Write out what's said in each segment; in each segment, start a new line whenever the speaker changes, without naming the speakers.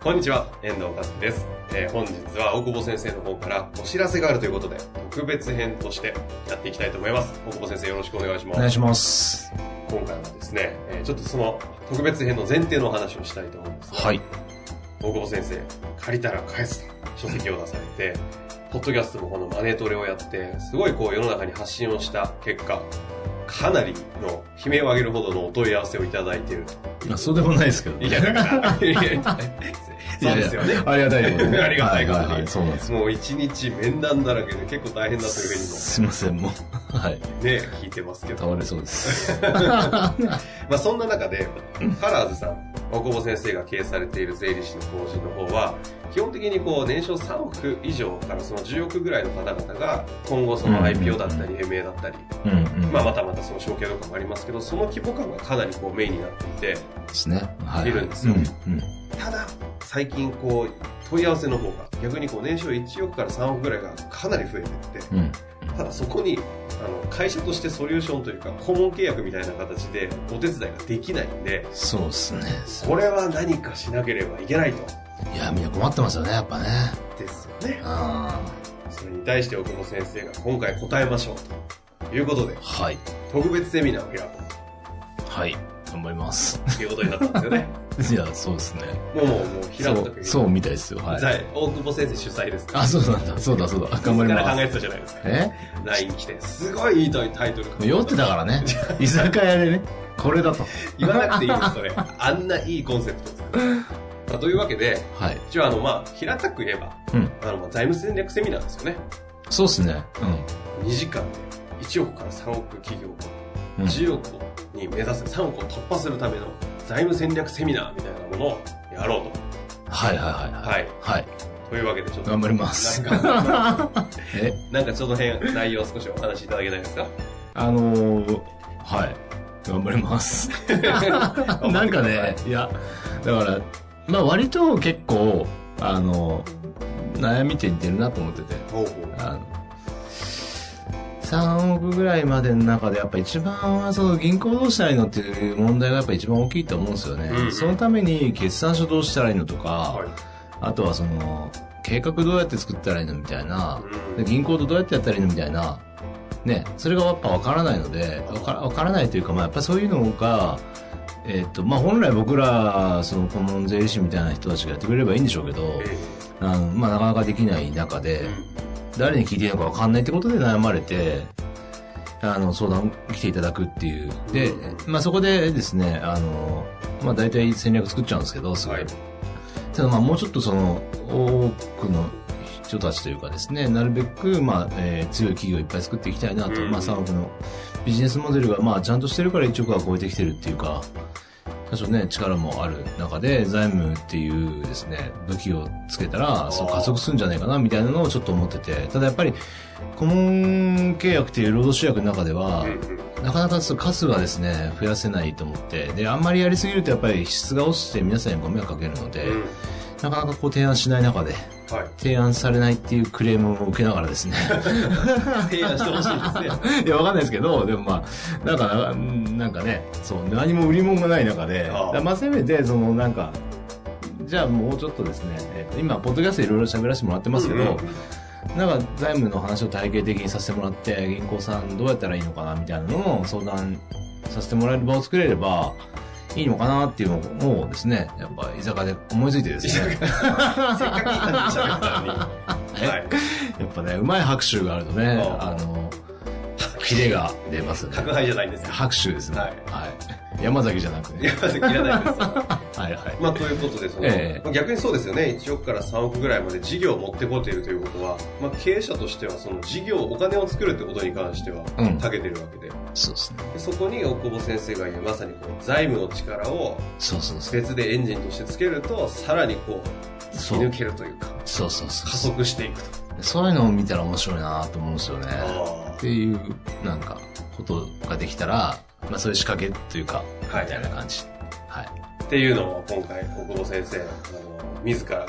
こんにちは、遠藤和樹です。えー本日は大久保先生の方からお知らせがあるということで、特別編としてやっていきたいと思います。大久保先生よろしくお願いしま
お
す。
願いします。
今回はですね、えーちょっとその特別編の前提のお話をしたいと思うんですが、
はい。
大久保先生、借りたら返すと書籍を出されて、ポッドキャストもこのマネトレをやって、すごいこう世の中に発信をした結果、かなりの悲鳴を上げるほどのお問い合わせをいただいている
いや、そうでもないですけど。
いや、だから、いやいやそうですよね。
ありがたいことに
ありがたいことに
はいはいはい、そうなんです。
もう一日面談だらけで結構大変だというふ
すいません、もう。はい。
うにもね、聞いてますけど。
倒れそうです。
まあそんな中で、カラーズさん、大久保先生が経営されている税理士の法人の方は、基本的にこう年商3億以上からその10億ぐらいの方々が、今後その IPO だったり、MA だったり、
うんうん。
まあまたまたその証券とかもありますけど、その規模感がかなりこうメインになっていて、
ですね。はい。
いるんですよ
うんうん。
ただ、最近こう、問い合わせの方が、逆にこう年商1億から3億ぐらいがかなり増えてって、
うん。
ただそこにあの会社としてソリューションというか顧問契約みたいな形でお手伝いができないんで
そうですね。
これは何かしなければいけないと
いや、みんな困ってますよね、やっぱね。
ですよね
あ
それに対して大久保先生が今回答えましょうということで
ーはい。
特別セミナーを開こ
はい。頑張 ります。
うということになったんですよ ね
いや、そうですね。
もうもうもう開く
そ
と
う、
き
そうみたいですよ。は。
はいい、大久保先生主催です
あ、そうなんだ。そうだ、そうだ。頑張り
自ら
ま
考
す。
えてたじゃないですか
え
LINE 来てすごいいいタイトル
酔ってたから ね。居酒屋でね。これだと。
言わなくていいですそ れあんないいコンセプト作る、まあ、というわけで
はい。
一応あのまあ平たく言えば、
うん
あのまあ財務戦略セミナーですよね
そうですね。
2時間で1億から3億企業が
うん。うん
10億に目指す3億を突破するための財務戦略セミナーみたいなものをやろうと
はいはいはいはい。
はい
はい。
というわけでちょっと
頑張ります。
なんか
え、
なんかその辺内容を少しお話しいただけないですか
あのー、はい。頑張ります。 なんかね、いや、だから、まあ割と結構、あの、悩みって似てるなと思ってて、
ほうほ
あの、3億ぐらいまでの中でやっぱ一番はその銀行どうしたらいいのっていう問題がやっぱ一番大きいと思うんですよね。
うん
そのために決算書どうしたらいいのとか、
うはい
あとはその、計画どうやって作ったらいいのみたいな、
うん
で銀行とどうやってやったらいいのみたいな、ね、それがやっぱわからないので、わからわからないというか、まあ、やっぱそういうのが、えっと、まあ、本来僕ら、その、顧問税理士みたいな人たちがやってくれればいいんでしょうけど、あの、まあ、なかなかできない中で、誰に聞いていいのかわかんないってことで悩まれて、あの、相談来ていただくっていう。で、まあ、そこでですね、あの、まあ、大体戦略作っちゃうんですけど、すごい。
はい
ただまあもうちょっとその多くの人たちというかですね、なるべくまあ、えー強い企業をいっぱい作っていきたいなと、
うん
まあ3億のビジネスモデルがまあちゃんとしてるから1億は超えてきてるっていうか、多少ね、力もある中で財務っていうですね、武器をつけたら、そう加速するんじゃないかなみたいなのをちょっと思ってて、ただやっぱり顧問契約っていう労働集約の中では
う、んうん
なかなかその数はですね、増やせないと思って、で、あんまりやりすぎるとやっぱり質が落ちて皆さんにご迷惑かけるので、
うん
なかなかこう提案しない中で、
はい
提案されないっていうクレームを受けながらですね。
提案してほしいですね
いや、わかんないですけど、でもまあ、なんかな、うんなんかね、そう、何も売り物がない中で、だ
ああ
からまあせめて、そのなんか、じゃあもうちょっとですね、えっと今、ポッドキャストでいろいろ喋らせてもらってますけど、
うんうん
なんか財務の話を体系的にさせてもらって、銀行さんどうやったらいいのかなみたいなのを相談させてもらえる場を作れれば、いいのかなっていうのをですね、やっぱ居酒屋で思いついてです
せ
ね。
っかくいい感じで喋ったのに はい
やっぱね、うまい拍手があるとね、
ああ
あの、キレが出ますよね。
宅配じゃないん ですよ
拍手ですね。
は
はいい。山崎じゃなく
いや
ね。
切らないです
はいはい。
まあ、ということで、その、
ええ
まあ逆にそうですよね。1億から3億ぐらいまで事業を持ってこっているということは、まあ、経営者としては、その事業、お金を作るってことに関しては、
うん
長けてるわけで。
そうですね。
でそこに、大久保先生が言う、まさにこう、財務の力を
そうそうそう。
別でエンジンとしてつけると、さらにこう、
そ
突き抜
う
けるというか、
そうそうそ
加
う
速していくと。
そういうのを見たら面白いなと思うんですよね。
あ
っていう、なんか、ことができたら、まあそういう仕掛けというか、
はい
みたいな感じ。はい。
あっていうのを、今回、大久保先生、あの、自らが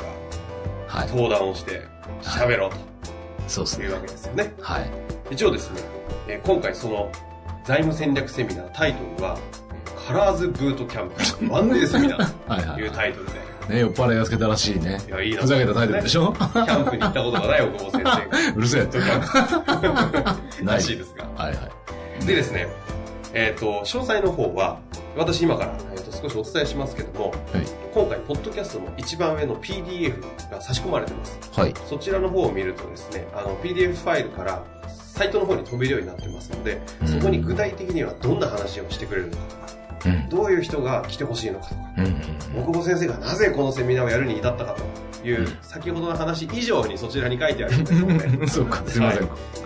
はい。
登壇をして、喋ろう
そうです
と
ね
い。うわけですよね。
はい。
一応ですね、えー今回その財務戦略セミナータイトルは、えーカラーズブートキャンプワンデーセミナー
はいは
と
い
いう
はい。
タイトルで、
ね、酔っ払いがつけたらしいね。
いやいいな
ふざけたタイトルでし ょ
キャンプに行ったことがない大久保先
うるせえ。
生
な
ら
い。
しいですが。
はいはい。
でですね、えっ、と、詳細の方は、私今から、えーと少しお伝えしますけども、
はい
今回、ポッドキャストの一番上の PDF が差し込まれてます。
はい。
そちらの方を見るとですね、あの、PDF ファイルから、サイトの方に飛べるようになってますので、そこに具体的にはどんな話をしてくれるのかとか、
うん。
どういう人が来てほしいのかとか、
うん。うん、
大久保先生がなぜこのセミナーをやるに至ったかといううん先ほどの話以上にそちらに書いてある の で、
うん。そうか、すいません。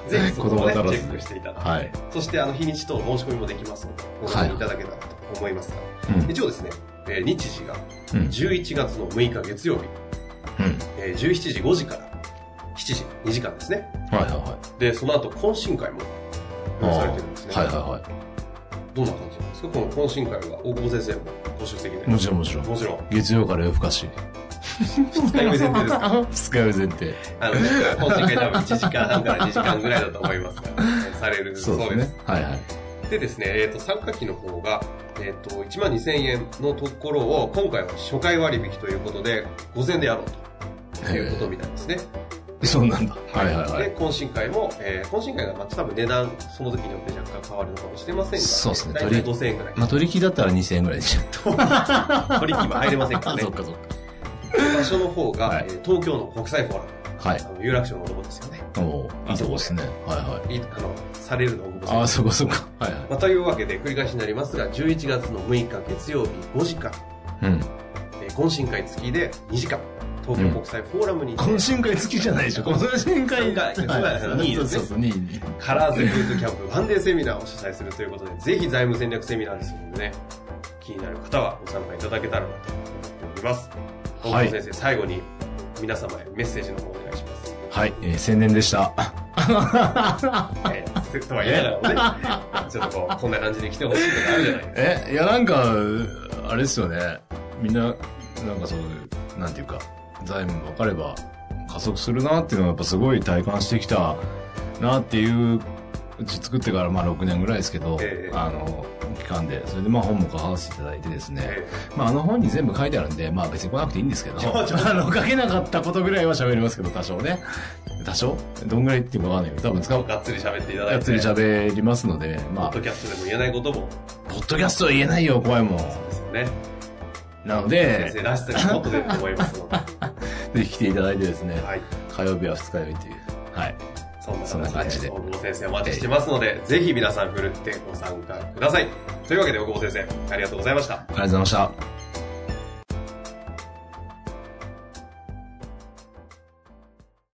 ぜひそこをね、チェ
子供足らず
ックしていただいて、
はい。
そしてあの日にちと申し込みもできますので、ご確認いただけたらと思いますが、
うん。
一応ですね、えー日時が
うん。
11月の6日月曜日、
うん。
えー17時5時から7時、2時間ですね。
はいはいは
で、その後、懇親会も
い。
用意されてるんですね。
はいはいは
どんな感じなんですかこの懇親会は大久保先生もご出席で。
い。もちろんもちろん。
もちろん、
月曜から夜更かし。
二日目前提ですか
二日目前提。
あの、懇親会多分1時間半から2時間ぐらいだと思いますが、えーされるそうです。。
はいはい。
でですね、えっ、と、参加費の方が、えっ、と、1万2000円のところを、今回は初回割引ということで、5000円でやろうということみたいですね。
えーそうなんだ。はいはいはい。
で、懇親会も、えー懇親会が、まあ、多分値段、その時によって若干変わるのかもしれませんが、
そうですね
大体5000円ぐらい。
まあ、取り引きだったら2000円ぐらいでしょ。
取引も入れませんから
あ
ね
そっ。かそっ
場所の方が、
はい
えー東京の国際フォーラム、
か。はい
あ。の有楽町のとこですよね。
おーいいとこですね。はいはい。
いあの、されるのをご
あ
存
あ、
知
そこそこ。はいは
まあというわけで、繰り返しになりますが、11月の6日月曜日5時から、
い。うん。
えー懇親会付きで2時間、東京国際フォーラムにて、
懇親会好きじゃないでしょ。懇親会
が
はいそうそうそう、2位に。
カラーズルートキャンプワンデーセミナーを主催するということで、ぜひ財務戦略セミナーですのでね、気になる方はご参加いただけたらなと思っております。
は
はいい。先生、最後に皆様へメッセージの方お願いします。
はい、えー宣伝でした。
えー、とは言いながらも ね、ちょっとこう、こんな感じで来てほしいとかあるじゃないですか。
え、いやなんか、あれですよね。みんな、なんかそういう、なんていうか、財務分かれば加速するなっていうのはやっぱすごい体感してきたなっていう、うち作ってからまあ6年ぐらいですけど、
ええ
あの、期間で、それでまあ本も書かせていただいてですね、
え
まあ、あの本に全部書いてあるんで、まあ別に来なくていいんですけど、あの、書けなかったことぐらいは喋りますけど、多少ね。多少どんぐらいっていうかわかんないけど、多分使
ー
う、
がっつり喋っていただ
や
い
つ
て、
り
ポ
喋りますので、ま
ッドキャストでも言えないことも
あ、ポッドキャストは言えないよ、怖いもん。
ですよね、
なの
先生
で、
らしさがもっと出ると思いますので、
ぜひ来ていただいてですね、
はい。
火曜日は二日酔いという。はい。
そんな
そんな感じで
大久保先生お待ちしてますので、ぜひ皆さん振るってご参加ください。というわけで、大久保先生、ありがとうございました。
ありがとうございました。